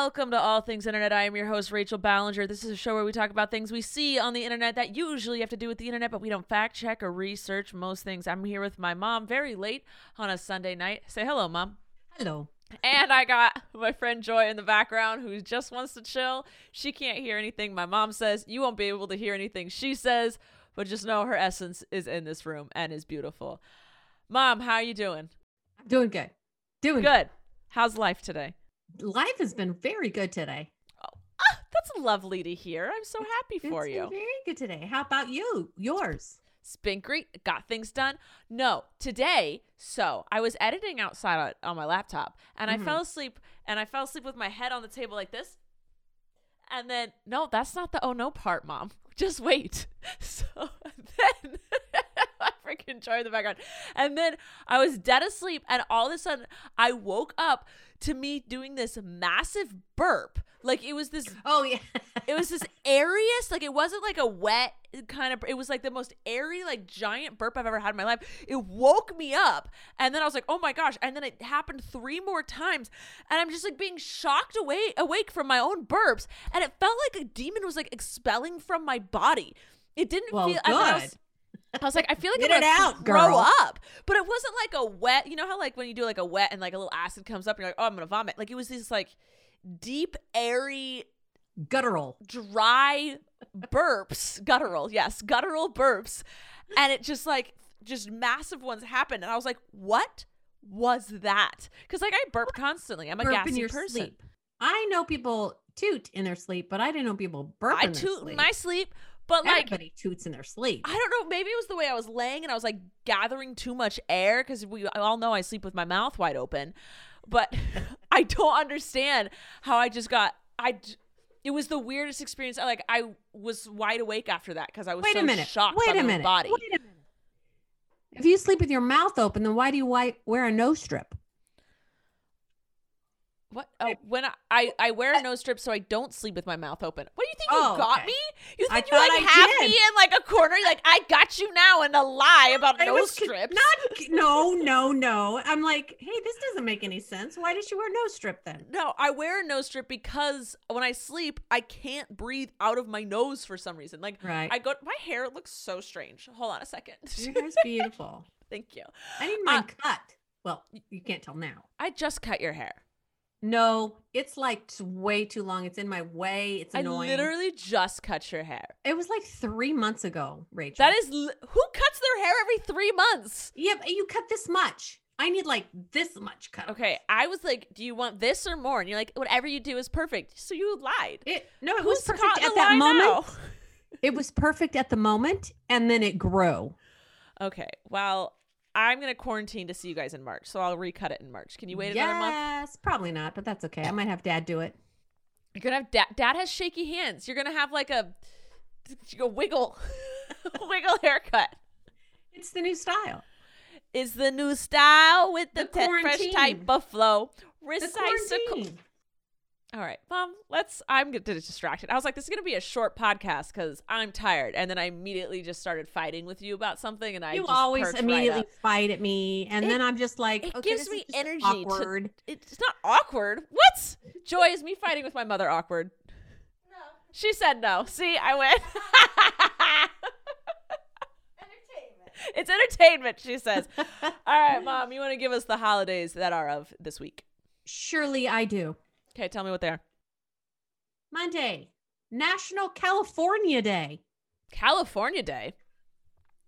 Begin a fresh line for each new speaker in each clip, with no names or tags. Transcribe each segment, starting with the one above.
Welcome to All Things Internet. I am your host, Rachel Ballinger. This is a show where we talk about things we see on the internet that usually have to do with the internet, but we don't fact check or research most things. I'm here with my mom very late on a Sunday night. Say hello, mom.
Hello.
And I got my friend Joy in the background who just wants to chill. She can't hear anything my mom says. You won't be able to hear anything she says, but just know her essence is in this room and is beautiful. Mom, how are you doing?
Doing good. Doing good.
Good. How's life today?
Life has been very good today.
Ah, that's lovely to hear. I'm so happy
It's
for
been
you.
Very good today. How about you? Yours.
It's been great. Got things done. No, today. So I was editing outside on, on my laptop, and I
Mhm.
fell asleep. And I fell asleep with my head on the table like this. And then, no, that's not the oh no part, mom. Just wait. So then, I freaking joy in the background. And then I was dead asleep, and all of a sudden, I woke up to me doing this massive burp. Like it was this
Oh yeah.
it was this airiest, like it wasn't like a wet kind of. It was like the most airy, like giant burp I've ever had in my life. It woke me up, and then I was like, "Oh my gosh!" And then it happened three more times, and I'm just like being shocked away awake from my own burps, and it felt like a demon was like expelling from my body. It didn't
Well,
feel. I, thought I was,
good.
I was like, I feel like
Get
I'm
it
gonna
out,
throw
girl.
up. But it wasn't like a wet. You know how like when you do like a wet and like a little acid comes up, and you're like, "Oh, I'm gonna vomit." Like it was this like deep, airy
Guttural.
dry burps, guttural, yes, guttural burps. And it just like just massive ones happened. And I was like, what was that? Because like I burp constantly. I'm a
Burp in
gassy
your
person.
sleep. I know people toot in their sleep, but I didn't know people burp
I
in their
toot in
sleep.
my sleep, but like
Everybody toots in their sleep.
I don't know. Maybe it was the way I was laying and I was like gathering too much air because we all know I sleep with my mouth wide open. But I don't understand how I just got. I. j- It was the weirdest experience. I like. I was wide awake after that because I was
Wait
so
a minute.
shocked by
Wait a
my
minute.
body.
Wait a minute. If you sleep with your mouth open, then why do you wi- wear a nose strip?
What? Oh, when I, I I wear a nose strip so I don't sleep with my mouth open. What do you think
Oh,
you got
okay.
me? You
I
think you like
thought I
have
did.
me in like a corner? You're Like I got you now in a lie about
I
nose
was con-
strips.
Not no, no, no. I'm like, hey, this doesn't make any sense. Why did she wear a nose strip then?
No, I wear a nose strip because when I sleep, I can't breathe out of my nose for some reason. Like
Right.
I go, my hair looks so strange. Hold on a second.
Your hair's beautiful.
Thank you.
I need
Uh,
mine cut. Well, you can't tell now.
I just cut your hair.
No, it's like t- way too long. It's in my way. It's
I
annoying.
literally just cut your hair.
it was like three months ago, Rachel.
That is li- who cuts their hair every three months.
Yeah, but you cut this much. I need like this much cut.
Okay, I was like, "Do you want this or more?" And you're like, "Whatever you do is perfect." So you lied.
It no, it
Who's
was perfect
caught
at
the
that
lie
moment.
now?
It was perfect at the moment, and then it grew.
Okay. Well, I'm gonna quarantine to see you guys in March, so I'll recut it in March. Can you wait another month?
Yes, probably not, but that's okay. I might have Dad do it.
You're gonna have dad. Dad has shaky hands. You're gonna have like a, a wiggle, wiggle haircut.
It's the new style.
Is the new style with the,
The
te- fresh
quarantine.
type of flow.
The
Recycle.
quarantine.
All right, mom. Let's. I'm getting distracted. I was like, this is gonna be a short podcast because I'm tired, and then I immediately just started fighting with you about something, and I
you
just
always
perked right
immediately
up.
fight at me, and
It-
then I'm just like,
it
okay,
gives
this
me
is just
energy to-
Awkward.
It's not awkward. What? Joy is me fighting with my mother awkward. No. She said no. See, I win. entertainment. It's entertainment, she says. All right, mom, you want to give us the holidays that are of this week?
Surely I do.
Okay, tell me what they are.
Monday, National California Day.
California Day.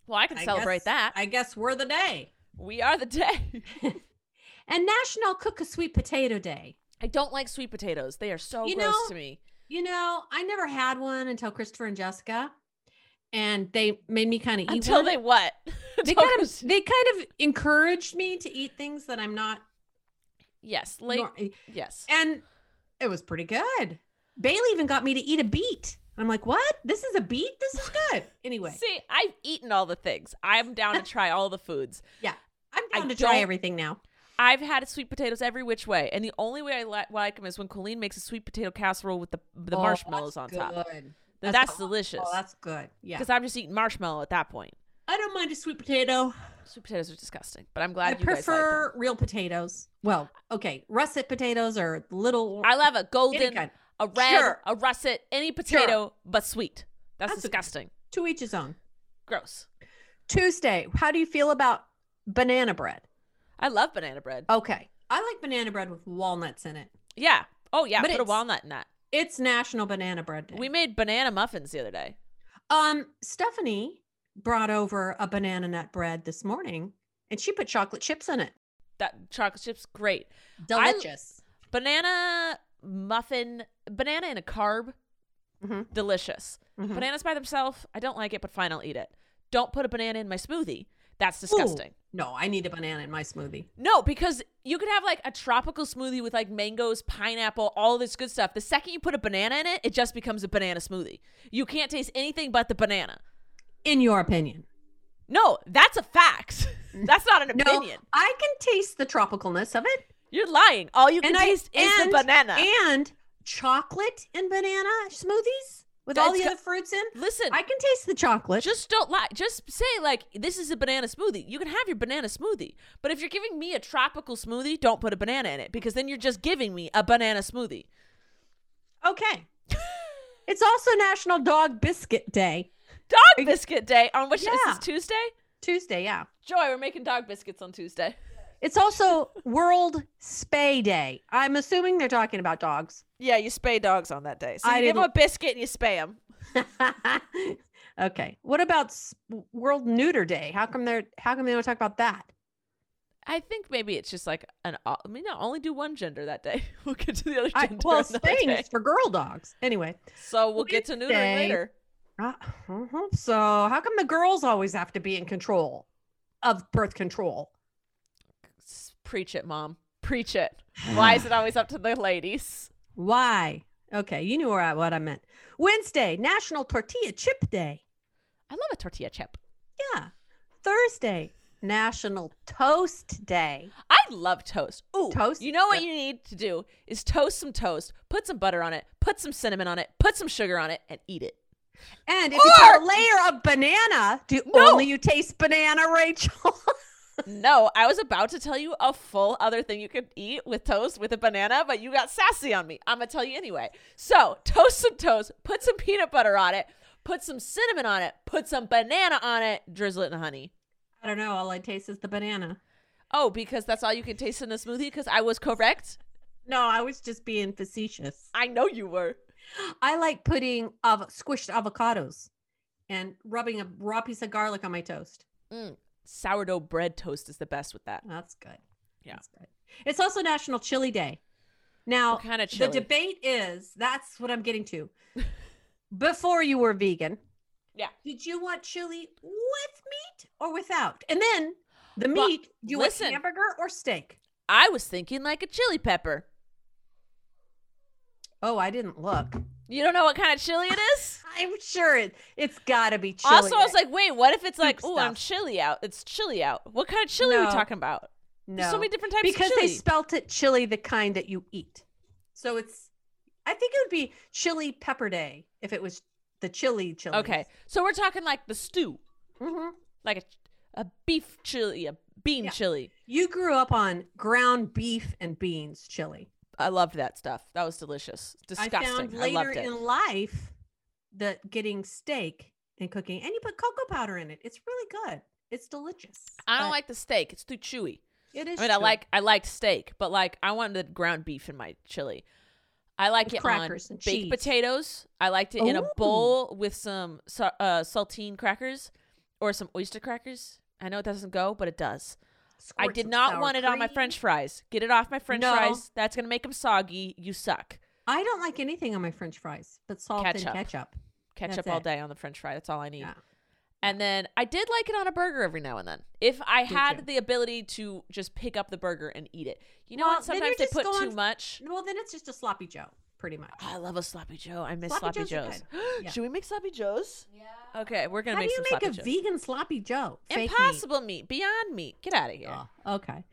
Well, I can
I
celebrate
guess-
that.
I guess we're the day.
we are the day.
And National Cook a Sweet Potato Day.
I don't like sweet potatoes. They are so
You
gross
know-
to me.
You know, I never had one until Christopher and Jessica, and they made me kind of eat
Until
one.
they what?
they
Until
kind
Chris-
of they kind of encouraged me to eat things that I'm not.
yes, like
nor-
yes.
and it was pretty good. Bailey even got me to eat a beet. I'm like, what? This is a beet? This is good. Anyway,
See, I've eaten all the things. I'm down to try all the foods.
I'm
I
down to try
don't-
everything now.
I've had sweet potatoes every which way, and the only way I li- like them is when Colleen makes a sweet potato casserole with the the
Oh,
marshmallows on
that's
top.
good.
That's,
awesome.
delicious.
Oh, that's good. Yeah.
Because I'm just eating marshmallow at that point.
I don't mind a sweet potato.
Sweet potatoes are disgusting, but I'm glad
I
you guys like them.
prefer real potatoes. Well, okay, russet potatoes are little.
I love a
any
golden,
kind.
a red,
Sure.
a russet, any potato but sweet. That's,
That's a-
disgusting.
To each his own.
Gross.
Tuesday. How do you feel about banana bread?
I love banana bread.
Okay, I like banana bread with walnuts in it.
Yeah. Oh yeah.
But
Put a
it's-
walnut in that.
It's National Banana Bread Day.
We made banana muffins the other day.
Um, Stephanie brought over a banana nut bread this morning, and she put chocolate chips in it.
That chocolate chips, great.
Delicious.
Banana muffin, banana in a carb,
Mhm.
delicious.
Mhm.
Bananas by themselves, I don't like it, but fine, I'll eat it. Don't put a banana in my smoothie. That's disgusting.
Ooh, no, I need a banana in my smoothie.
No, because you could have like a tropical smoothie with like mangoes, pineapple, all this good stuff. The second you put a banana in it, it just becomes a banana smoothie. You can't taste anything but the banana.
In your opinion?
No, that's a fact. that's not an opinion.
No, I can taste the tropicalness of it.
You're lying. All you can
I-
taste is the banana.
and chocolate and banana smoothies with all
That's
the
go-
other fruits in.
Listen,
I can taste the chocolate.
just don't lie. Just say like this is a banana smoothie. You can have your banana smoothie, but if you're giving me a tropical smoothie, don't put a banana in it because then you're just giving me a banana smoothie.
okay. it's also National Dog Biscuit Day.
Dog biscuit day on which is
Yeah.
this Tuesday?
Tuesday, yeah.
Joy, we're making dog biscuits on Tuesday.
It's also World Spay Day. I'm assuming they're talking about dogs.
Yeah, you spay dogs on that day. So
I
you give them a
didn't-
biscuit and you spay them.
okay. What about s- World Neuter Day? How come they're how come they don't talk about that?
I think maybe it's just like an. o- I mean, no, only do one gender that day. We'll get to the other
I,
gender.
well,
another
spaying
day.
is for girl dogs. Anyway,
So we'll get to neutering
Wednesday.
later.
Uh, uh-huh. so how come the girls always have to be in control of birth control?
S- Preach it, mom. Preach it. Why is it always up to the ladies?
Why? Okay, you knew where I, what I meant. Wednesday, National Tortilla Chip Day.
I love a tortilla chip.
Yeah. Thursday, National Toast Day.
I love toast. Ooh,
Toast?
You know what
Yep.
you need to do is toast some toast, put some butter on it, put some cinnamon on it, put some sugar on it, and eat it.
And if you put
Or-
a layer of banana, do
No.
only you taste banana, Rachel.
No, I was about to tell you a full other thing you could eat with toast with a banana, but you got sassy on me. I'm gonna tell you anyway. So, toast some toast, put some peanut butter on it, put some cinnamon on it, put some banana on it, drizzle it in honey.
I don't know. All I taste is the banana.
Oh, because that's all you can taste in a smoothie? Because I was correct.
No, I was just being facetious.
I know you were.
I like putting av- squished avocados and rubbing a raw piece of garlic on my toast.
Mm. Sourdough bread toast is the best with that.
That's good.
Yeah.
That's good. It's also National Chili Day. Now,
What kind of
the
chili?
debate is that's what I'm getting to. Before you were vegan,
Yeah.
did you want chili with meat or without? And then the
Well,
meat, do you
listen.
want hamburger or steak?
I was thinking like a chili pepper.
Oh, I didn't look.
You don't know what kind of chili it is?
I'm sure it, it's got to be chili.
also, I was
Day.
like, wait, what if it's like,
Soup
oh, I'm
stuff.
chilly out? It's chilly out. What kind of chili are we
No.
talking about? There's
no,
so many different types
because
of
they
chili.
spelt it chili, the kind that you eat. So it's, I think it would be chili pepper day if it was the chili chili.
okay, so we're talking like the stew,
hmm
like a, a beef chili, a bean
Yeah.
chili.
You grew up on ground beef and beans chili.
I loved that stuff. That was delicious. Disgusting.
I found
I
later
loved it.
in life that getting steak and cooking, and you put cocoa powder in it. It's really good. It's delicious.
I don't
But
like the steak. It's too chewy.
It is.
I mean, I
true.
like I like steak, but like I wanted ground beef in my chili. I like
With
it
crackers
on
and
baked
cheese.
potatoes. I liked it in a
Ooh.
bowl with some sa- uh, saltine crackers or some oyster crackers. I know it doesn't go, but it does. I
Squirt
did
some
not
sour
want it on my
cream.
French fries. Get it off my French
No.
fries. That's gonna make them soggy. You suck.
I don't like anything on my French fries, but salt
Ketchup.
and ketchup.
Ketchup
That's
all
it.
day on the French fry. That's all I need.
Yeah.
And then I did like it on a burger every now and then. If I
Did
had
you?
the ability to just pick up the burger and eat it. You know
Well,
what?
then you're
Sometimes they
just
put
going-
too much.
Well, then it's just a sloppy Joe, pretty much.
Oh, I love a sloppy Joe. I miss sloppy,
Sloppy Joes are
Joes.
good. Yeah.
Should we make sloppy Joes? Yeah. Okay, we're gonna
How do
make
you
some
make a
sloppy Joes.
vegan sloppy Joe? Fake meat.
Impossible meat. beyond meat. Get out of here.
Oh, okay.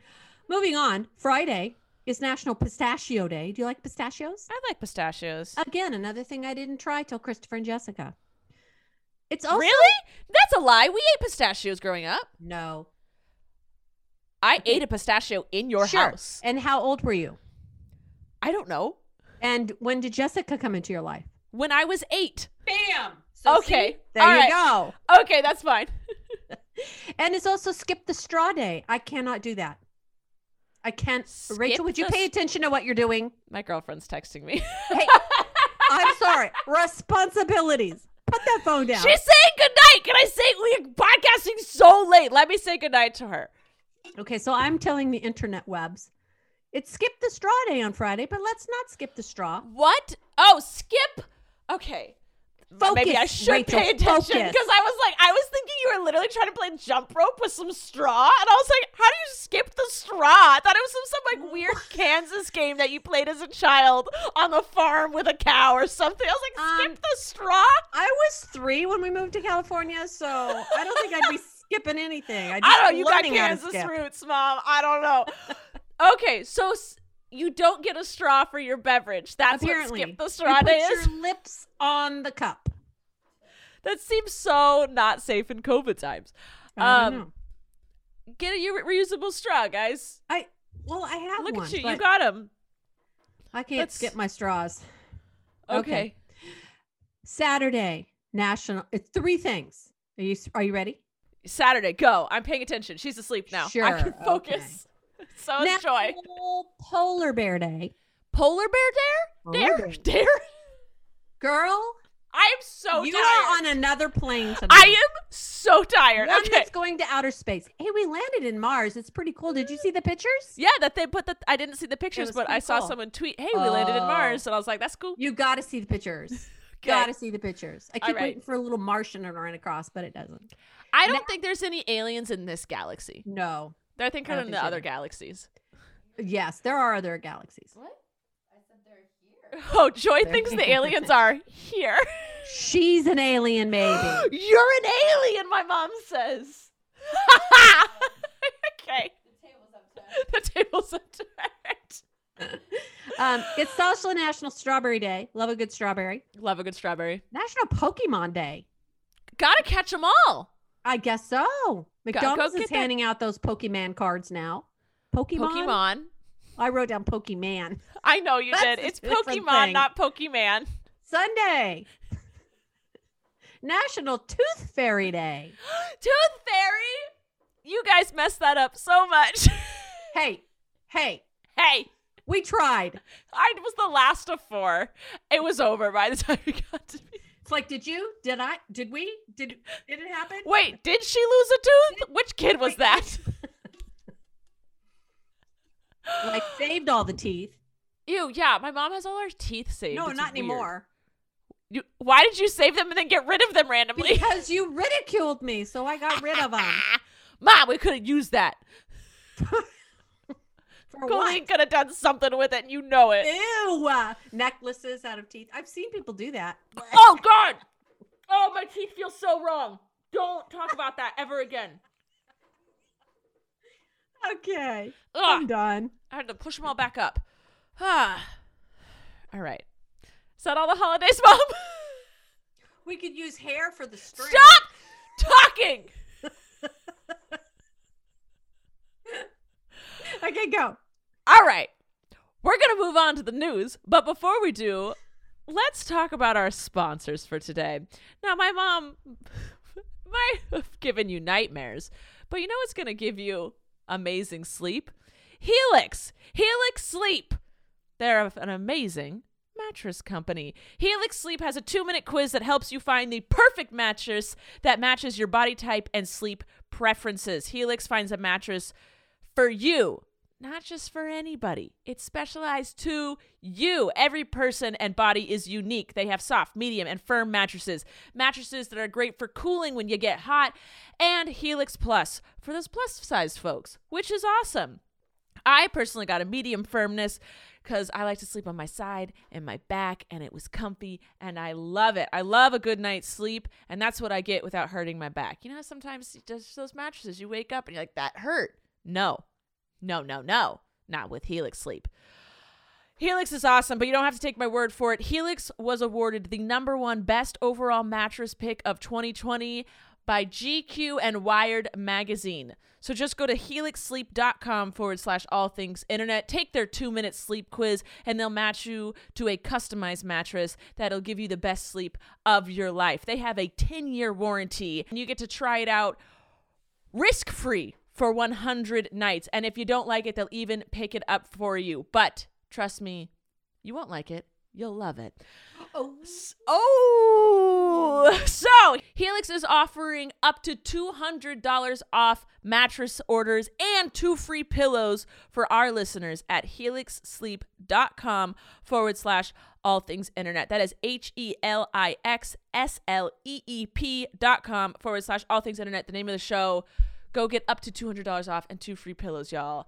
Moving on. Friday is National Pistachio Day. Do you like pistachios?
I like pistachios.
Again, another thing I didn't try till Christopher and Jessica. It's also
really? That's a lie. We ate pistachios growing up.
no
I ate a pistachio in your
Sure.
house.
And how old were you?
I don't know.
And when did Jessica come into your life?
When I was eight.
Bam.
Okay.
There
All
you
right.
go.
Okay, that's fine.
And it's also skip the straw day. I cannot do that. I can't.
Skip
Rachel, would you
the
pay
s-
attention to what you're doing?
My girlfriend's texting me.
Hey, I'm sorry. Responsibilities. Put that phone down.
She's saying goodnight. Can I say we're podcasting so late? Let me say goodnight to her.
Okay, so I'm telling the internet webs. It skipped the straw day on Friday, but let's not skip the straw.
What? Oh, skip. Okay. But Maybe I
Focus,
should
Rachel,
pay attention
focus.
because I was like, I was thinking you were literally trying to play jump rope with some straw, and I was like, how do you skip the straw? I thought it was some, some like weird Kansas game that you played as a child on the farm with a cow or something. I was like, skip
Um,
the straw.
I was three when we moved to California, so I don't think I'd be skipping anything. I'd
I don't know.
be
You got
learning how to
Kansas
skip.
roots, mom. I don't know. okay, so s- you don't get a straw for your beverage. That's
Apparently,
what skip the
you
straw day
put
is.
your lips on the cup.
That seems so not safe in COVID times.
I don't
Um,
know.
Get a u- reusable straw, guys.
I well, I have
Look
one.
at you. You
but
got him.
I can't
let's-
skip my straws.
Okay.
Okay. Saturday, national. It's three things. Are you are you ready?
Saturday, go. I'm paying attention. She's asleep now. I
Sure,
can
okay.
focus. So is Joy.
National Polar Bear Day.
Polar bear dare? Dare?
Polar bear.
Dare?
Girl,
I am so
you
tired.
are on another plane tonight.
I am so tired.
One
okay.
that's going to outer space. Hey, we landed in Mars. It's pretty cool. Did you see the pictures?
Yeah, that they put the. I didn't see the pictures,
was
but I
pretty
saw
cool.
someone tweet, "Hey, we landed in
Oh.
Mars," and I was like, "That's cool."
You got to see the pictures.
Okay.
Got to see the pictures. I
All
keep
right.
waiting for a little Martian to run across, but it doesn't.
I don't think there's any aliens in this galaxy.
No.
I think they're
I don't
in
think
the
so
other
either.
galaxies.
Yes, there are other galaxies.
Oh, Joy
They're-
thinks the aliens are here.
She's an alien, maybe.
You're an alien, my mom says. okay. The table's upturned.
um, it's also National Strawberry Day. Love a good strawberry.
Love a good strawberry.
National Pokemon Day.
Gotta catch 'em all.
I guess so. McDonald's
get
is
that-
handing out those Pokemon cards now. Pokemon.
Pokemon.
I wrote down Pokemon.
I know you
That's
did.
a
It's
different
Pokemon,
thing.
not Pokemon.
Sunday. National Tooth Fairy Day.
Tooth Fairy. You guys messed that up so much.
Hey, hey,
hey,
we tried.
I was the last of four. It was over by the time we got to me.
It's like, did you? Did I? Did we? Did did it happen?
Wait, did she lose a tooth? Which kid was that?
I saved all the teeth.
Ew, yeah, my mom has all her teeth saved.
No,
It's
not
weird.
anymore.
You, why did you save them and then get rid of them randomly?
Because you ridiculed me, so I got rid of them.
Mom, we could have used that.
For
Colleen
what?
could have done something with it, and you know it.
Ew! uh, Necklaces out of teeth. I've seen people do that.
Oh God! Oh, my teeth feel so wrong. Don't talk about that ever again.
Okay, I'm
Ugh.
done.
I had to push them all back up. Ah. all right. Is that all the holidays, Mom?
We could use hair for the string.
Stop talking.
Okay, go.
All right. We're going to move on to the news, but before we do, let's talk about our sponsors for today. Now, my mom might have given you nightmares, but you know what's going to give you amazing sleep. Helix, Helix Sleep. They're an amazing mattress company. Helix Sleep has a two minute quiz that helps you find the perfect mattress that matches your body type and sleep preferences. Helix finds a mattress for you, not just for anybody. It's specialized to you. Every person and body is unique. They have soft, medium, and firm mattresses. Mattresses that are great for cooling when you get hot, and Helix Plus for those plus sized folks, which is awesome. I personally got a medium firmness because I like to sleep on my side and my back, and it was comfy, and I love it. I love a good night's sleep, and that's what I get without hurting my back. You know, sometimes you just those mattresses, you wake up and you're like, that hurt. No, no, no, no, not with Helix Sleep. Helix is awesome, but you don't have to take my word for it. Helix was awarded the number one best overall mattress pick of 2020 by GQ and Wired Magazine. So just go to helixsleep.com forward slash all things internet, take their two minute sleep quiz, and they'll match you to a customized mattress that'll give you the best sleep of your life. They have a 10 year warranty, and you get to try it out risk free for 100 nights. And if you don't like it, they'll even pick it up for you. But trust me, you won't like it. You'll love it.
Oh,
Oh, so Helix is offering up to $200 off mattress orders and two free pillows for our listeners at helixsleep.com forward slash all things internet. That is H E L I X S L E E P dot com forward slash all things internet, the name of the show. Go get up to $200 off and two free pillows, y'all.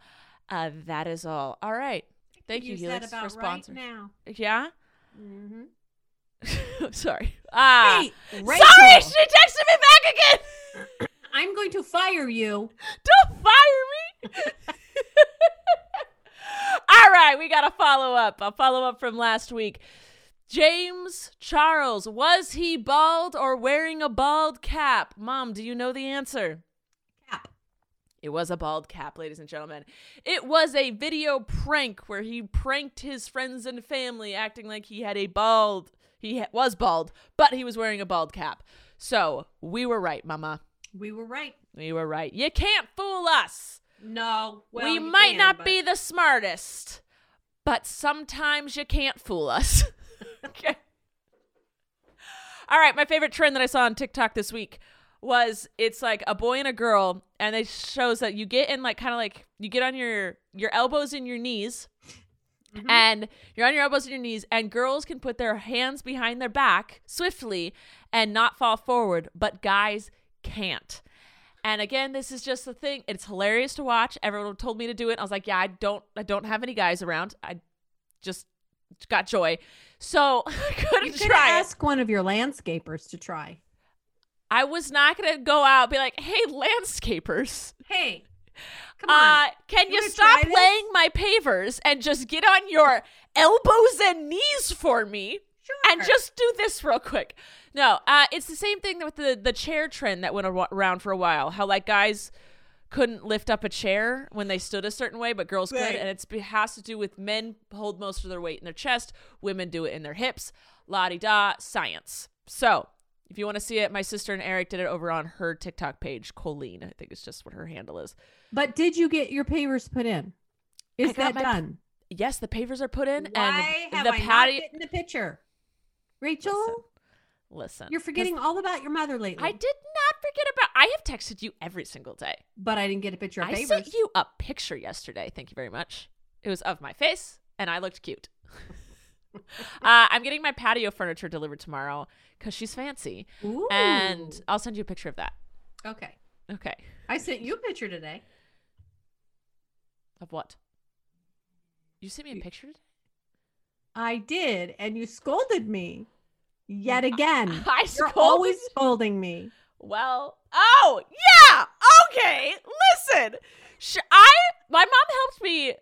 Uh, that is all. All right. Thank you,
use
Helix,
that about
for sponsoring.
Right now.
Yeah?
Mm-hmm.
Sorry. Ah.
Hey,
Sorry,
Rachel.
she texted me back again.
I'm going to fire you.
Don't fire me. All right, we got a follow up. A follow up from last week. James Charles, was he bald or wearing a bald cap? Mom, do you know the answer?
Cap.
It was a bald cap, ladies and gentlemen. It was a video prank where he pranked his friends and family, acting like he had a bald. He ha- was bald, but he was wearing a bald cap. So we were right, Mama.
We were right.
We were right. You can't fool us.
No. Well,
we
you
might
can,
not
but-
be the smartest, but sometimes you can't fool us. okay. All right, my favorite trend that I saw on TikTok this week was it's like a boy and a girl and it shows that you get in like kind of like you get on your your elbows and your knees
Mhm.
and you're on your elbows and your knees and girls can put their hands behind their back swiftly and not fall forward but guys can't and again this is just the thing it's hilarious to watch everyone told me to do it i was like yeah i don't i don't have any guys around i just got joy so i
You
couldn't
could
try it.
ask one of your landscapers to try.
i was not gonna go out and be like hey landscapers
Hey, come
Uh,
on.
can
You
you,
wanna
stop
try this?
laying my pavers and just get on your elbows and knees for me
sure.
and just do this real quick? No, uh, it's the same thing with the, the chair trend that went ar- around for a while. How like guys couldn't lift up a chair when they stood a certain way, but girls
Right.
could, and it's it has to do with men hold most of their weight in their chest, women do it in their hips. La di da, science. So. If you want to see it, my sister and Eric did it over on her TikTok page, Colleen. I think it's just what her handle is.
But did you get your pavers put in?
I
Is
got
that
my-
done?
yes, the pavers are put in,
Why
and
have
the
I
patio.
not gotten the picture? Rachel,
Listen, listen,
you're forgetting all about your mother lately.
I did not forget about. I have texted you every single day.
but I didn't get a picture of
I
pavers.
sent you a picture yesterday. Thank you very much. It was of my face, and I looked cute. uh, I'm getting my patio furniture delivered tomorrow because she's fancy,
Ooh.
and I'll send you a picture of that.
okay,
Okay,
I sent you a picture today.
of what? You sent me a picture today.
I did, and you scolded me yet again.
I
Mm. You're
scolded
always
you?
scolding me.
Well, oh yeah, okay. Listen, Sh- I my mom helped me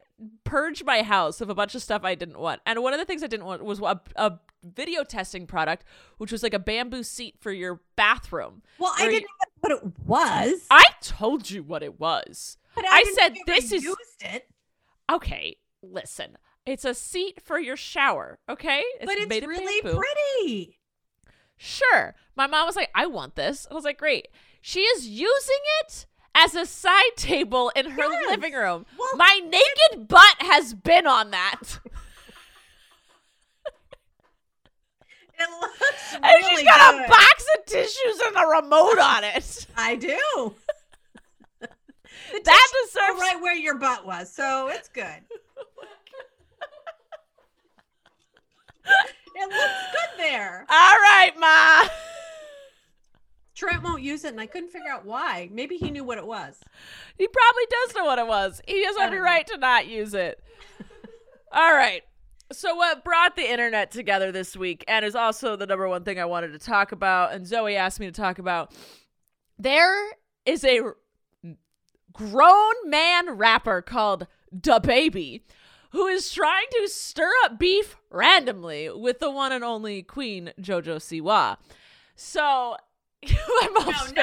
purge my house of a bunch of stuff I didn't want, and one of the things I didn't want was a, a video testing product, which was like a bamboo seat for your bathroom.
Well, I
Or
didn't know what it was.
I told you what it was.
but
I
didn't
said
think you
this
ever
is-
used it.
Okay, listen, it's a seat for your shower. Okay,
but it's
made of
really
bamboo.
pretty.
Sure. My mom was like, I want this. I was like, great. She is using it as a side table in her
Yes.
living room.
Well,
My naked butt has been on that.
It looks
And
really
she's got
good.
a box of tissues and a remote on it.
I do.
that
Or
deserves
right where your butt was. So it's good. it looks good there.
All right, Ma.
Trent won't use it, and I couldn't figure out why. Maybe he knew what it was.
He probably does know what it was. He has
I
every
don't know.
right to not use it. All right. So, what brought the internet together this week, and is also the number one thing I wanted to talk about, and Zoe asked me to talk about there is a r- grown man rapper called Da Baby who is trying to stir up beef randomly with the one and only Queen JoJo Siwa. So, my mom's face.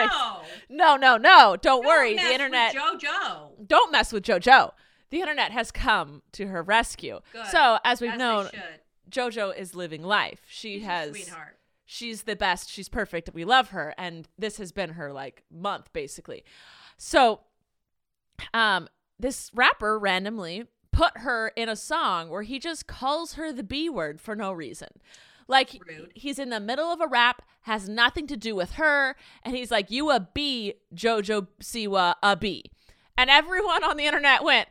No, no, no. Oh, Don't worry. The internet.
JoJo.
don't mess with JoJo. The internet has come to her rescue.
Good.
So, as we've known, JoJo is living life. She has
Sweetheart.
she's the best. She's perfect. We love her. And this has been her like month basically. So, um, this rapper randomly put her in a song where he just calls her the B word for no reason. Like
Rude.
he's in the middle of a rap, has nothing to do with her, and he's like, "You a B, JoJo Siwa a B," and everyone on the internet went,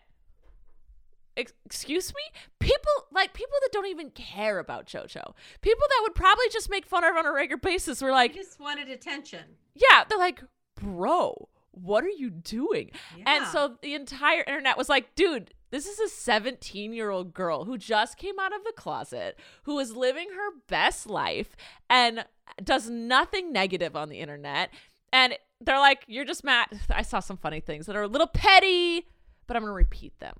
Ex- excuse me people like people that don't even care about jojo people that would probably just make fun of her on a regular basis were
I
like
just wanted attention.
yeah they're like bro what are you doing and
Yeah.
so the entire internet was like dude this is a 17 year old girl who just came out of the closet who is living her best life and does nothing negative on the internet and they're like you're just mad i saw some funny things that are a little petty but i'm gonna repeat them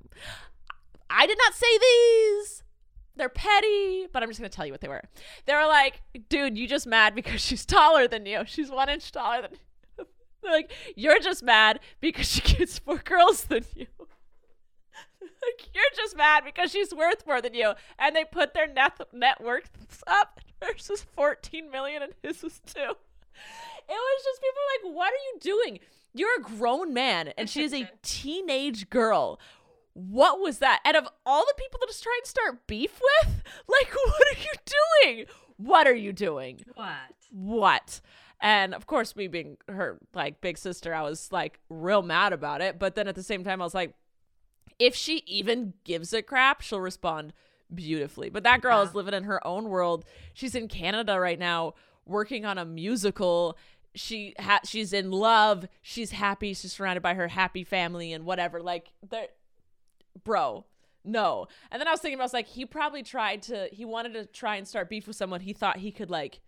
I did not say these. They're petty, but I'm just gonna tell you what they were. They were like, dude, you just mad because she's taller than you. She's one inch taller than you. They're like, you're just mad because she gets more girls than you. like, you're just mad because she's worth more than you. And they put their net net worths up. Hers was 14 million and his was two. It was just people were like, what are you doing? You're a grown man and she is a teenage girl what was that? And of all the people that is trying to start beef with, like, what are you doing? What are you doing?
What?
What? And of course, me being her like big sister, I was like real mad about it. But then at the same time, I was like, if she even gives a crap, she'll respond beautifully. But that girl
Yeah.
is living in her own world. She's in Canada right now, working on a musical. She ha- she's in love. She's happy. She's surrounded by her happy family and whatever. Like, there- bro, no. And then I was thinking, I was like, he probably tried to. He wanted to try and start beef with someone. He thought he could like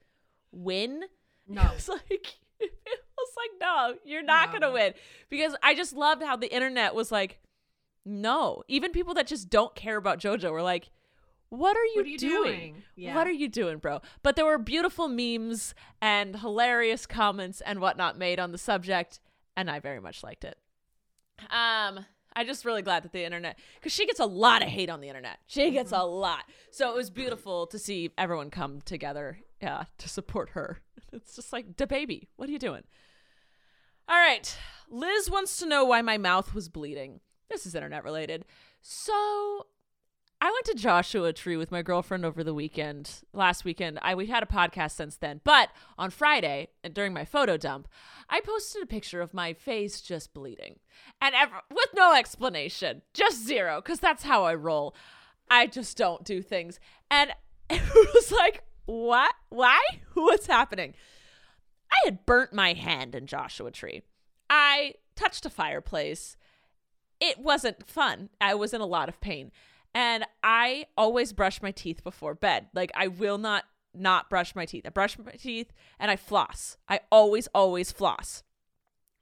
win.
No.
It's like it was like, no, you're not
No.
gonna win. Because I just loved how the internet was like, no. Even people that just don't care about JoJo were like, what are you,
what are you doing? Yeah.
What are you doing, bro? But there were beautiful memes and hilarious comments and whatnot made on the subject, and I very much liked it. Um, I'm just really glad that the internet, because she gets a lot of hate on the internet. She gets
Mm-hmm.
a lot. So it was beautiful to see everyone come together yeah, to support her. It's just like, da baby, what are you doing? All right. Liz wants to know why my mouth was bleeding. This is internet related. So I went to Joshua Tree with my girlfriend over the weekend. Last weekend, I we had a podcast since then, but on Friday and during my photo dump, I posted a picture of my face just bleeding, and ever, with no explanation, just zero, because that's how I roll. I just don't do things, and it was like, what? Why? What's happening? I had burnt my hand in Joshua Tree. I touched a fireplace. It wasn't fun. I was in a lot of pain. And I always brush my teeth before bed. Like I will not not brush my teeth. I brush my teeth and I floss. I always always floss.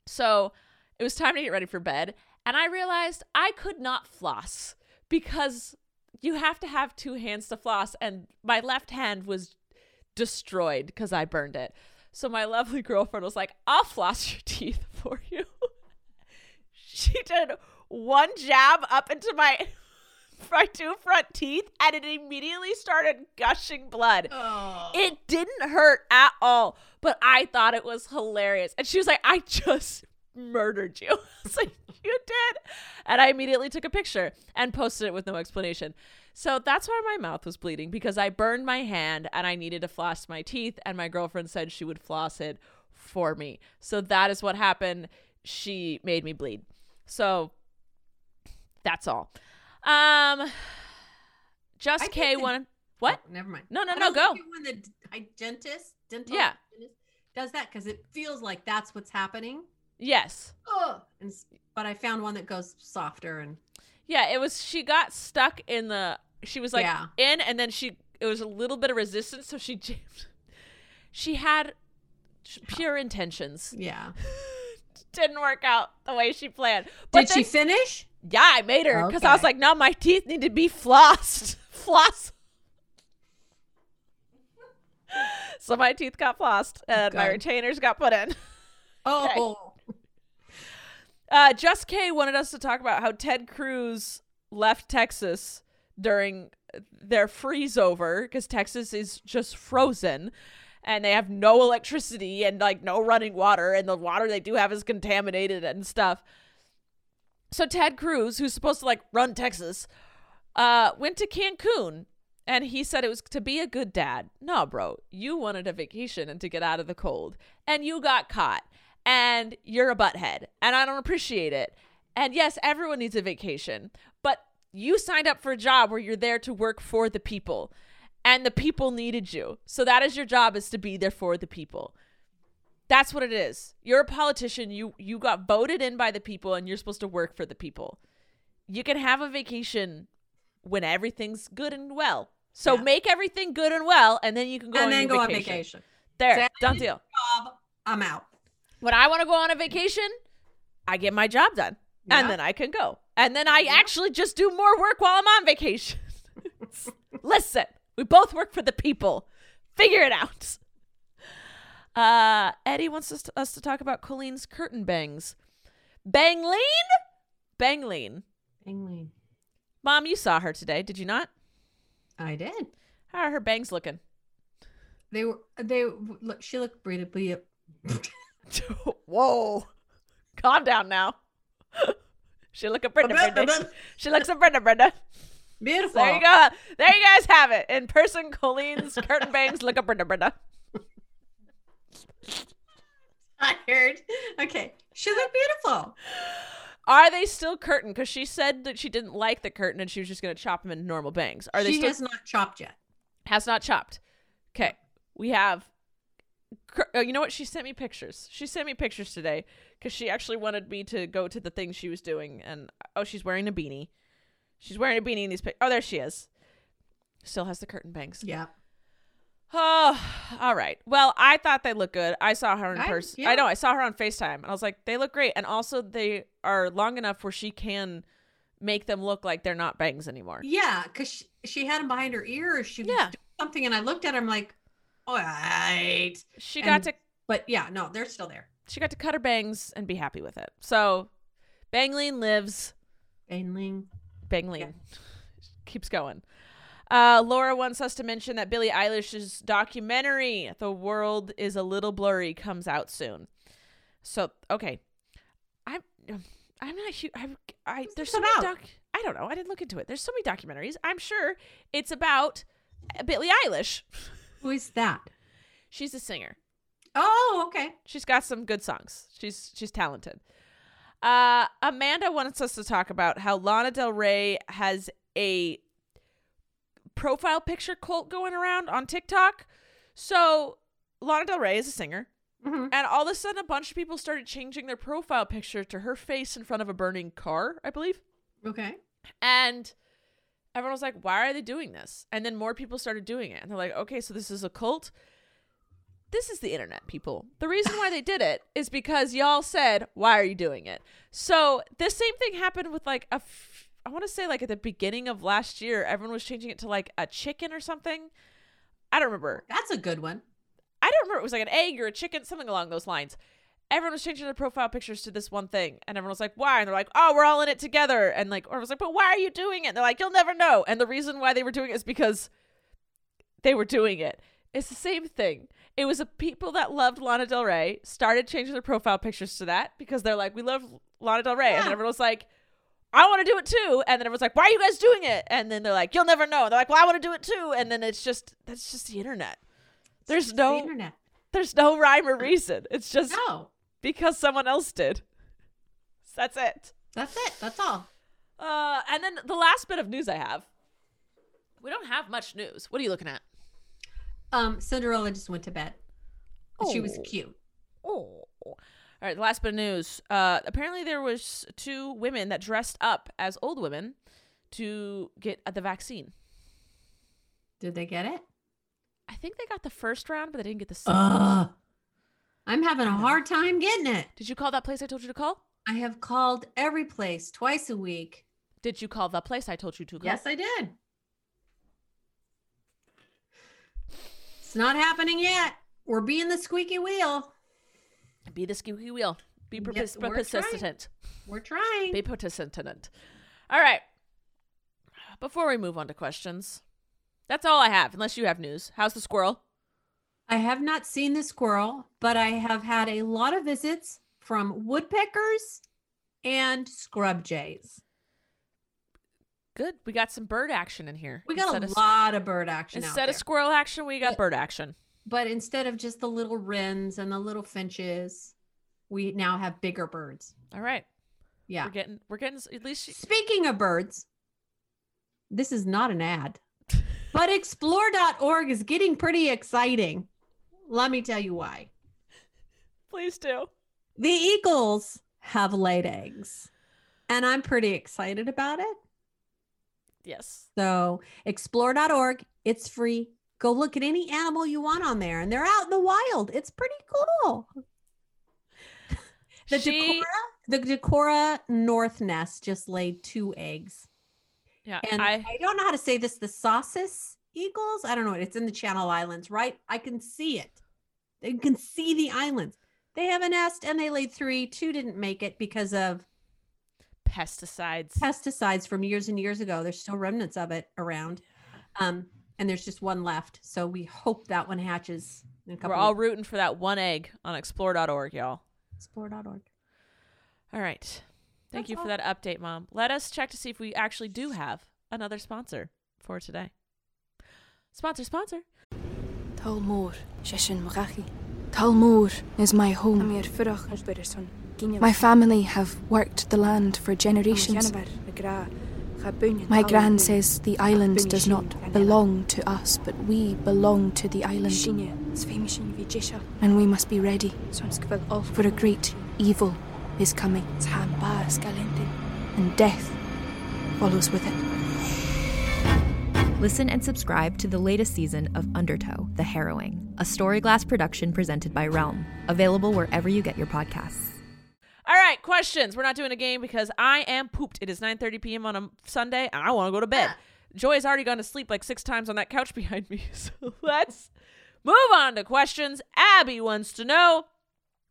So, it was time to get ready for bed, and I realized I could not floss because you have to have two hands to floss and my left hand was destroyed because I burned it. So my lovely girlfriend was like, I'll floss your teeth for you. she did one jab up into my my two front teeth and it immediately started gushing blood.
Oh.
It didn't hurt at all, but I thought it was hilarious. And she was like, I just murdered you. it's like, you did. And I immediately took a picture and posted it with no explanation. So that's why my mouth was bleeding because I burned my hand and I needed to floss my teeth. And my girlfriend said she would floss it for me. So that is what happened. She made me bleed. So that's all. Um,
I
just
think
K
the-
one. What?
Oh, never mind.
No, no,
I
no.
don't
Go.
like it When the d- hygienist, dental
Yeah.
hygienist does that because it feels like that's what's happening.
Yes.
Oh, and, s- but I found one that goes softer and
Yeah, it was she got stuck in the she was like
Yeah.
in and then she it was a little bit of resistance so she jammed. She had sh- pure intentions.
yeah.
Didn't work out the way she planned. then-
Did she finish?
Yeah, I made her cuz I was
Okay.
like, "No, my teeth need to be flossed." Floss. so my teeth got flossed and my
Good.
retainers got put in.
Oh,
Uh, Just K wanted us to talk about how Ted Cruz left Texas during their freeze over because Texas is just frozen and they have no electricity and like no running water and the water they do have is contaminated and stuff. So Ted Cruz, who's supposed to like run Texas, uh, went to Cancun and he said it was to be a good dad. Nah, bro, you wanted a vacation and to get out of the cold, and you got caught, and you're a butthead, and I don't appreciate it. And yes, everyone needs a vacation, but you signed up for a job where you're there to work for the people, and the people needed you. So that is your job is to be there for the people. That's what it is. You're a politician. You you got voted in by the people, and you're supposed to work for the people. You can have a vacation when everything's good and well. So
Yeah.
make everything good and well, and then you can go
and
on
then
your
go on
vacation.
vacation.
There,
Say,
done deal.
Bob, I'm out.
When I want to go on a vacation, I get my job done,
Yeah.
and then I can go, and then I actually just do more work while I'm on vacation. Listen, we both work for the people. Figure it out. Uh, Eddie wants us to, us to talk about Colleen's curtain bangs. Bangleen, Bangleen.
Engling.
Mom, you saw her today, did you not?
I did.
How are her bangs looking?
They were. They w- look. She looked breathable.
Whoa. Calm down now. she look at Brenda Brenda. She looks at Brenda Brenda.
Beautiful.
There you go. There you guys have it. In person, Colleen's curtain bangs look at Brenda Brenda.
Tired. Okay. She looked beautiful.
Are they still curtain? Because she said that she didn't like the curtain and she was just gonna chop them into normal bangs. Are they
she
still
has not chopped yet.
has not chopped. Okay, we have. cur- uh, You know what? She sent me pictures. She sent me pictures today because she actually wanted me to go to the thing she was doing. And oh, she's wearing a beanie. She's wearing a beanie in these pictures. Oh, there she is. Still has the curtain bangs.
Yeah.
Oh, all right. Well, I thought they looked good. I saw her in
I-
person.
yeah.
I know. I saw her on FaceTime and I was like, they look great. And also, they are long enough where she can make them look like they're not bangs anymore.
Yeah, because she, she had him behind her ear. Or she was
Yeah.
doing something, and I looked at her. I'm like, all right.
She got
And-
to
But yeah, no, they're still there.
she got to cut her bangs and be happy with it. So Bangleen lives.
Engling.
Bangleen
Yeah.
keeps going. Uh, Laura wants us to mention that Billie Eilish's documentary, The World is a Little Blurry, comes out soon. So, okay. I'm I'm not huge. I, I,
What's
there's
this
so many
about?
doc. I don't know. I didn't look into it. There's so many documentaries. I'm sure it's about Billie Eilish.
Who is that?
She's a singer.
Oh, okay.
She's got some good songs. She's she's talented. Uh, Amanda wants us to talk about how Lana Del Rey has a profile picture cult going around on TikTok. So Lana Del Rey is a singer,
Mhm.
and all of a sudden, a bunch of people started changing their profile picture to her face in front of a burning car, I believe.
Okay.
And everyone was like, why are they doing this? And then more people started doing it. And they're like, okay, so this is a cult. This is the internet, people. The reason why they did it is because y'all said, why are you doing it? So this same thing happened with like a, f- I want to say like at the beginning of last year, everyone was changing it to like a chicken or something. I don't remember.
That's a good one.
I don't remember. It was like an egg or a chicken, something along those lines. Everyone was changing their profile pictures to this one thing, and everyone was like, "Why?" And they're like, "Oh, we're all in it together." And like, or was like, "But why are you doing it?" And they're like, "You'll never know." And the reason why they were doing it is because they were doing it. It's the same thing. It was a people that loved Lana Del Rey started changing their profile pictures to that because they're like, we love Lana Del Rey, and
Yeah.
then everyone was like, I want to do it too, and then everyone's like, why are you guys doing it? And then they're like, you'll never know. They're like, well, I want to do it too, and then it's just that's just the internet. There's
It's
no-
the internet.
There's no rhyme or reason. It's just
No,
because someone else did. That's it.
that's it. That's all.
Uh, and then the last bit of news I have. We don't have much news. What are you looking at?
Um, Cinderella just went to bed. She was
Oh.
cute.
Oh. All right, the last bit of news. Uh, apparently, there was two women that dressed up as old women to get uh, the vaccine.
Did they get it?
I think they got the first round, but they didn't get the second.
Ugh. I'm having a hard time getting it.
Did you call that place I told you to call?
I have called every place twice a week.
Did you call the place I told you to call?
Yes, I did. It's not happening yet. We're being the squeaky wheel.
Be the squeaky wheel. Be per-
Yes,
per-
we're trying.
persistent.
We're trying.
Be persistent. All right. Before we move on to questions, that's all I have. Unless you have news. How's the squirrel?
I have not seen the squirrel, but I have had a lot of visits from woodpeckers and scrub jays.
Good. We got some bird action in here.
We got
Instead
a
of s-
lot of bird action out
Instead
there.
of squirrel action, we got
But-
bird action.
but instead of just the little wrens and the little finches, we now have bigger birds.
All right.
Yeah.
We're getting we're getting s- at least she,
Speaking of birds, this is not an ad, but explore.org is getting pretty exciting. Let me tell you why.
please do.
The eagles have laid eggs, and I'm pretty excited about it.
Yes.
So, explore.org, it's free. Go look at any animal you want on there, and they're out in the wild. It's pretty cool. The
She-
Decora, the Decora North Nest just laid two eggs.
Yeah.
And I,
I
don't know how to say this. The Sauces Eagles. I don't know. It's in the Channel Islands, right? I can see it. They can see the islands. They have a nest and they laid three. Two didn't make it because of
pesticides.
pesticides from years and years ago. There's still remnants of it around. Um, and there's just one left. So we hope that one hatches in a couple
We're all rooting for that one egg on explore.org, y'all.
explore.org.
All right. Thank
That's
you for
all.
that update, Mom. Let us check to see if we actually do have another sponsor for today. Sponsor, sponsor.
Tulmore, Shishin Murachi. Tulmore is my home.
Amir Furach Osberison, Ginel.
My family have worked the land for generations. My gran says the island does not belong to us, but we belong to the island,
Shinje, Sveimishin Vijisha,
and we must be ready,
Sonsk will all
for a great evil is coming,
Tam Bas Galente.
and death follows with it.
Listen and subscribe to the latest season of Undertow, The Harrowing, a Storyglass production presented by Realm, available wherever you get your podcasts.
All right, questions. We're not doing a game because I am pooped. It is 9:30 p.m. on a Sunday, and I want to go to bed.
Ah.
Joy has already gone to sleep like six times on that couch behind me. So let's move on to questions. Abby wants to know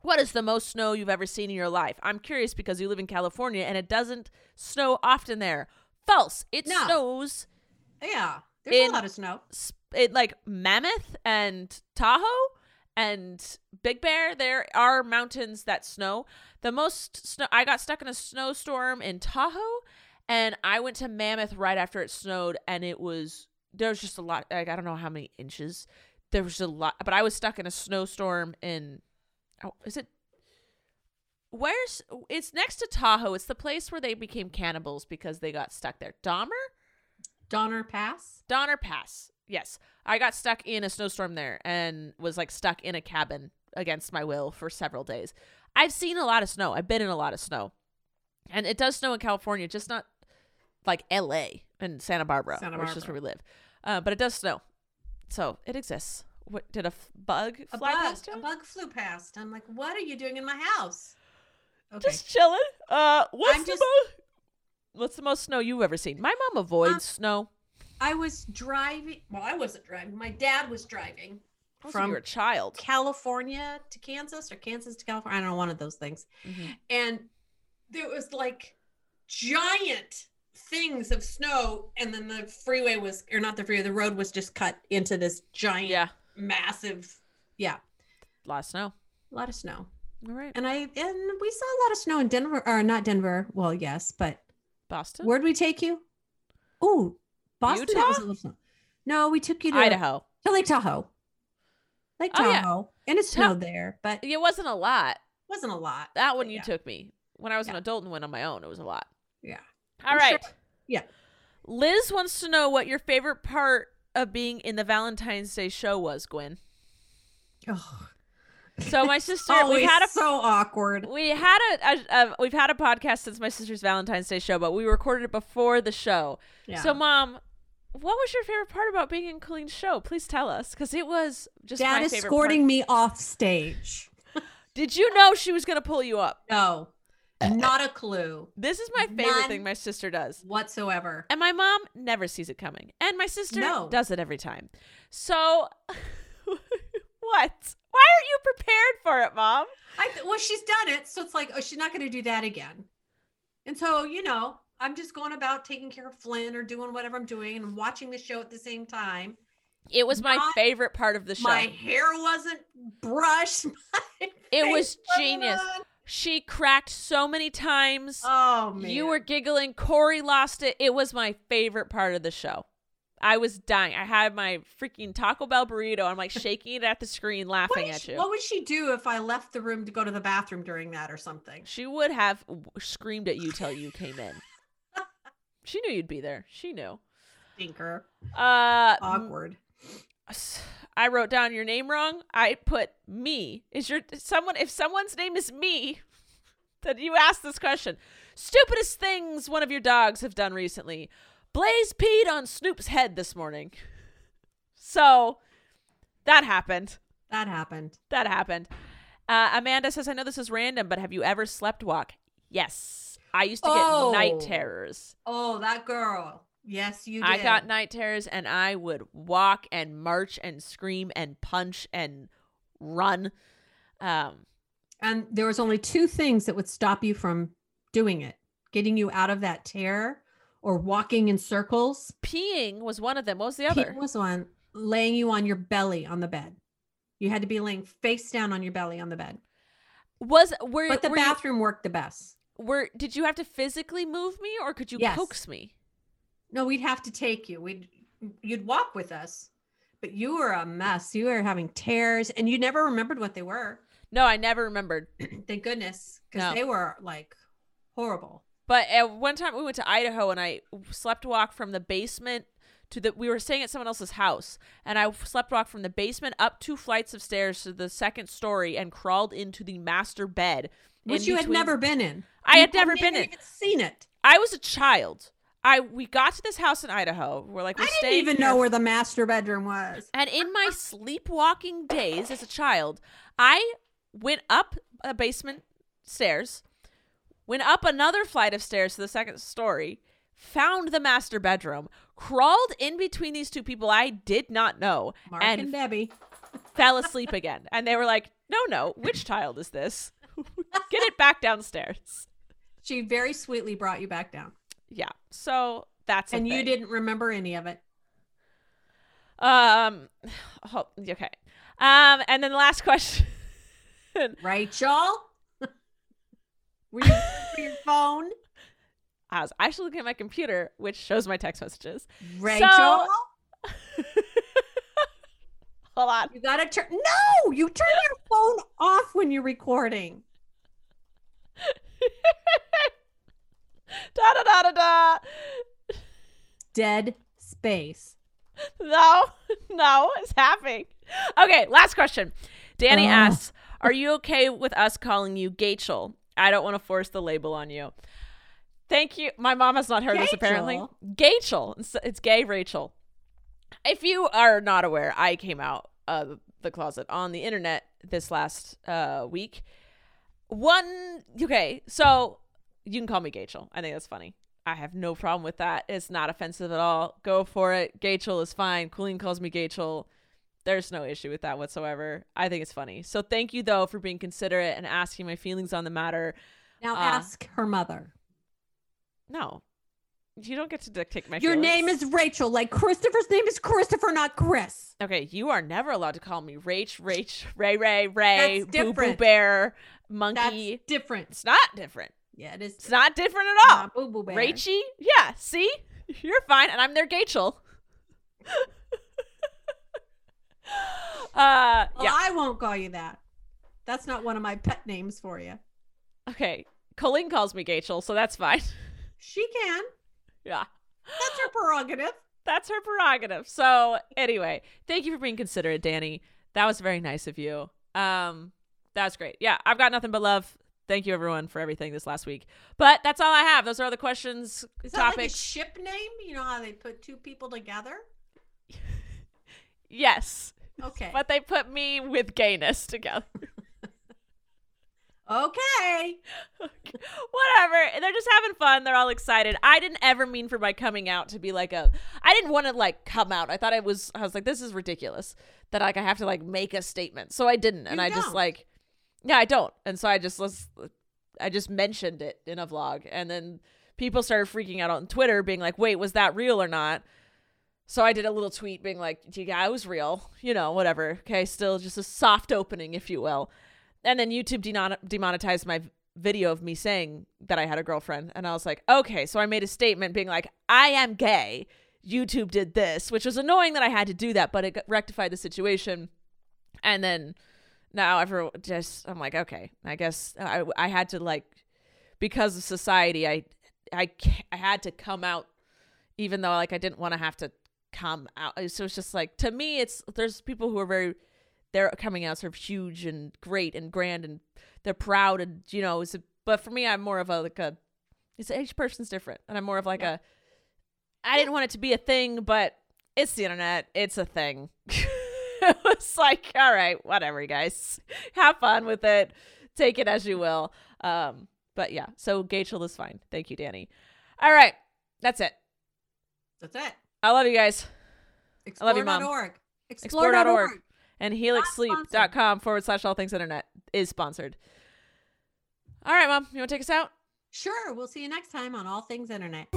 what is the most snow you've ever seen in your life? I'm curious because you live in California and it doesn't snow often there. False. It
No.
snows
Yeah. There's
In-
a lot of snow.
sp- it like Mammoth and Tahoe and Big Bear, there are mountains that snow. The most snow I got stuck in a snowstorm in Tahoe and I went to Mammoth right after it snowed and it was there was just a lot like I don't know how many inches. There was a lot but I was stuck in a snowstorm in oh, is it Where's it's next to Tahoe. It's the place where they became cannibals because they got stuck there. Dahmer?
Donner Pass.
Donner Pass. Yes. I got stuck in a snowstorm there and was like stuck in a cabin against my will for several days. I've seen a lot of snow. I've been in a lot of snow. And it does snow in California, just not like LA and Santa Barbara,
Santa
which is where
Barbara.
we live. Uh, but it does snow. So it exists. What did a f- bug
A
fly
bug,
past you?
a bug flew past. I'm like, what are you doing in my house? Okay.
Just chilling. Uh, what's
I'm
the
just-
most? What's the most snow you've ever seen? My mom avoids
Um,
snow.
I was driving. Well, I wasn't driving. My dad was driving
From
from
you're a child.
California to Kansas or Kansas to California. I don't know, one of those things.
Mhm.
And there was like giant things of snow. And then the freeway was, or not the freeway, the road was just cut into this giant
Yeah.
massive. Yeah,
Last snow.
a lot of snow.
All right.
And I and we saw a lot of snow in Denver or not Denver. Well, yes, but
Boston?
where'd we take you? Oh, Boston. That was
Utah?
a little snow. No, we took you to
Idaho.
to Lake Tahoe. Lake
Oh,
Tahoe,
yeah.
and it
Ta-
snowed there, but it
It wasn't a lot.
wasn't a lot.
That one
but
you
yeah,
took me. When I was an
Yeah.
adult and went on my own, it was a lot.
Yeah.
All
I'm
right.
sure- yeah.
Liz wants to know what your favorite part of being in the Valentine's Day show was, Gwen.
Oh,
So my sister,
always
we had a
so awkward.
we had a, a, a we've had a podcast since my sister's Valentine's Day show, but we recorded it before the show.
Yeah.
So, mom, what was your favorite part about being in Colleen's show? Please tell us, because it was just
Dad
my
is
favorite
escorting
part.
me off stage.
Did you know she was going to pull you up?
No, not a clue
This is my favorite
None.
thing my sister does.
whatsoever.
And my mom never sees it coming. And my sister
No.
does it every time. So what? Why aren't you prepared for it, mom?
I th- well, she's done it, so it's like, oh, she's not going to do that again. And so, you know, I'm just going about taking care of Flynn or doing whatever I'm doing and watching the show at the same time.
It was my
Not
favorite part of the show.
My hair wasn't brushed. my
It
face
was
wasn't
genius.
on.
She cracked so many times.
Oh man,
you were giggling. Corey lost it. It was my favorite part of the show. I was dying. I had my freaking Taco Bell burrito. I'm like shaking it at the screen,
What
laughing
did
at
she-
you.
What would she do if I left the room to go to the bathroom during that or something?
She would have w- screamed at you till you came in. she knew you'd be there. She knew.
Stinker,
Uh, m-
awkward.
s- I wrote down your name wrong. I put me. Is your someone? If someone's name is me, then you asked this question. Stupidest things one of your dogs have done recently. Blaze peed on Snoop's head this morning. So that happened.
That happened.
That happened. Uh, Amanda says, "I know this is random, but have you ever slept walk?" Yes, I used to get
Oh.
night terrors.
Oh, that girl. Yes, you. Did.
I got night terrors and I would walk and march and scream and punch and run. Um
And there was only two things that would stop you from doing it: getting you out of that terror, or walking in circles.
peeing was one of them. What was the
Pete
other?
was one laying you on your belly on the bed. You had to be laying face down on your belly on the bed.
Was were,
But the
were
bathroom worked the best.
you, were did you have to physically move me or could you
Yes.
coax me?
No, we'd have to take you. We'd you'd walk with us, but you were a mess. You were having tears, and you never remembered what they were.
No, I never remembered.
Thank goodness, because
No.
they were like horrible.
But at one time we went to Idaho and I slept walk from the basement to the we were staying at someone else's house and I slept walk from the basement up two flights of stairs to the second story and crawled into the master bed. in
Which you had
between-
never been in.
I
You
had never
hadn't
been
even
in.
Seen it.
I was a child. I we got to this house in Idaho. We're like we're
I didn't
staying
even
here.
know where the master bedroom was.
And in my sleepwalking days as a child, I went up a basement stairs, went up another flight of stairs to the second story, found the master bedroom, crawled in between these two people I did not know,
Mark
and
and, Debbie.
fell asleep again. And they were like, "No, no, which child is this? Get it back downstairs."
She very sweetly brought you back down,
Yeah. So that's a
and you
thing.
didn't remember any of it.
Um, ho- okay. Um, and then the last question.
Rachel? Were you for your phone?
I was actually looking at my computer, which shows my text messages.
Rachel?
Hold on.
you gotta turn No, you turn your phone off when you're recording.
Da da da da da.
Dead space.
No, no, it's happening. Okay, last question. Danny
Ugh.
asks, "Are you okay with us calling you Gachel? I don't want to force the label on you." Thank you. My mom has not heard this apparently.
Gachel?
Gachel. It's, it's gay Rachel. If you are not aware, I came out of the closet on the internet this last uh, week. One okay, so you can call me Gachel. I think that's funny. I have no problem with that. It's not offensive at all. Go for it. Gachel is fine. Colleen calls me Gachel. There's no issue with that whatsoever. I think it's funny. So thank you though for being considerate and Ah. asking my feelings on the matter.
Now
Uh.
ask her mother.
No. You don't get to dictate my.
Your
feelings.
name is Rachel. Like Christopher's name is Christopher, not Chris.
Okay, you are never allowed to call me Rach, Rach, Ray, Ray, Ray, Boo
That's
Boo
different.
Bear,
That's
Monkey.
different.
It's not different.
Yeah, it is.
It's not different at all.
Not Boo Boo Bear.
Rachy, yeah. See, you're fine, and I'm their Gachel. uh,
Well,
yeah.
I won't call you that. That's not one of my pet names for you.
Okay, Colleen calls me Gachel, so that's fine.
She can.
yeah.
That's her prerogative.
That's her prerogative. So anyway, thank you for being considerate, Danny. That was very nice of you. Um, that was great. Yeah, I've got nothing but love. Thank you everyone for everything this last week. But that's all I have. Those are all the questions,
Is that like a
topics.
ship name? You know how they put two people together?
yes.
Okay.
But they put me with gayness together.
okay.
Whatever. They're just having fun. They're all excited. I didn't ever mean for my coming out to be like a I didn't want to like come out. I thought I was I was like, this is ridiculous. That like I have to like make a statement. So I didn't. And
You
I just
don't.
like Yeah, I don't. And so I just was I just mentioned it in a vlog and then people started freaking out on Twitter being like, wait, was that real or not? So I did a little tweet being like, yeah, I was real, you know, whatever. Okay, still just a soft opening, if you will. And then YouTube denon- demonetized my v- video of me saying that I had a girlfriend. And I was like, okay, so I made a statement being like, I am gay. YouTube did this, which was annoying that I had to do that, but it got- rectified the situation. And then now everyone just, I'm like, okay, I guess I, I had to like, because of society, I, I, ca- I had to come out even though like I didn't want to have to come out. uh, So it's just like to me, it's there's people who are very their coming outs are huge and great and grand and they're proud and you know. It's a, but for me, I'm more of a like a it's each person's different, and I'm more of like a I didn't want it to be a thing, but it's the internet, it's a thing. it was like all right, whatever, you guys, have fun with it, take it as you will. Um, but yeah, so Gachel is fine. Thank you, Danny. All right, that's it.
That's it.
I love you guys. I love you, Mom.
Explore.org.
Explore.org.
Explore.org.
And
Not
helixsleep.com forward slash all things internet is sponsored. All right, Mom, you want to take us out?
Sure. We'll see you next time on All Things Internet.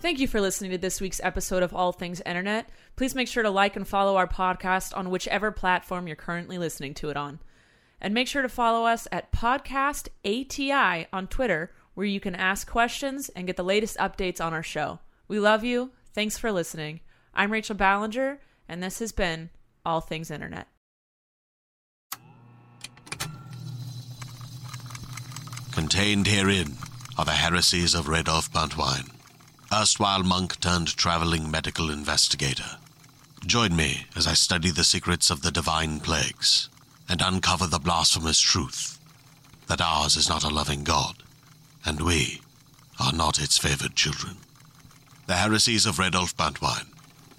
Thank you for listening to this week's episode of All Things Internet. Please make sure to like and follow our podcast on whichever platform you're currently listening to it on. And make sure to follow us at Podcast ATI on Twitter, where you can ask questions and get the latest updates on our show. We love you. Thanks for listening. I'm Rachel Ballinger, and this has been All Things Internet.
Contained herein are the heresies of Radolf Buntwine, erstwhile monk turned traveling medical investigator. Join me as I study the secrets of the divine plagues and uncover the blasphemous truth that ours is not a loving God, and we are not its favored children. The heresies of Radolf Buntwine,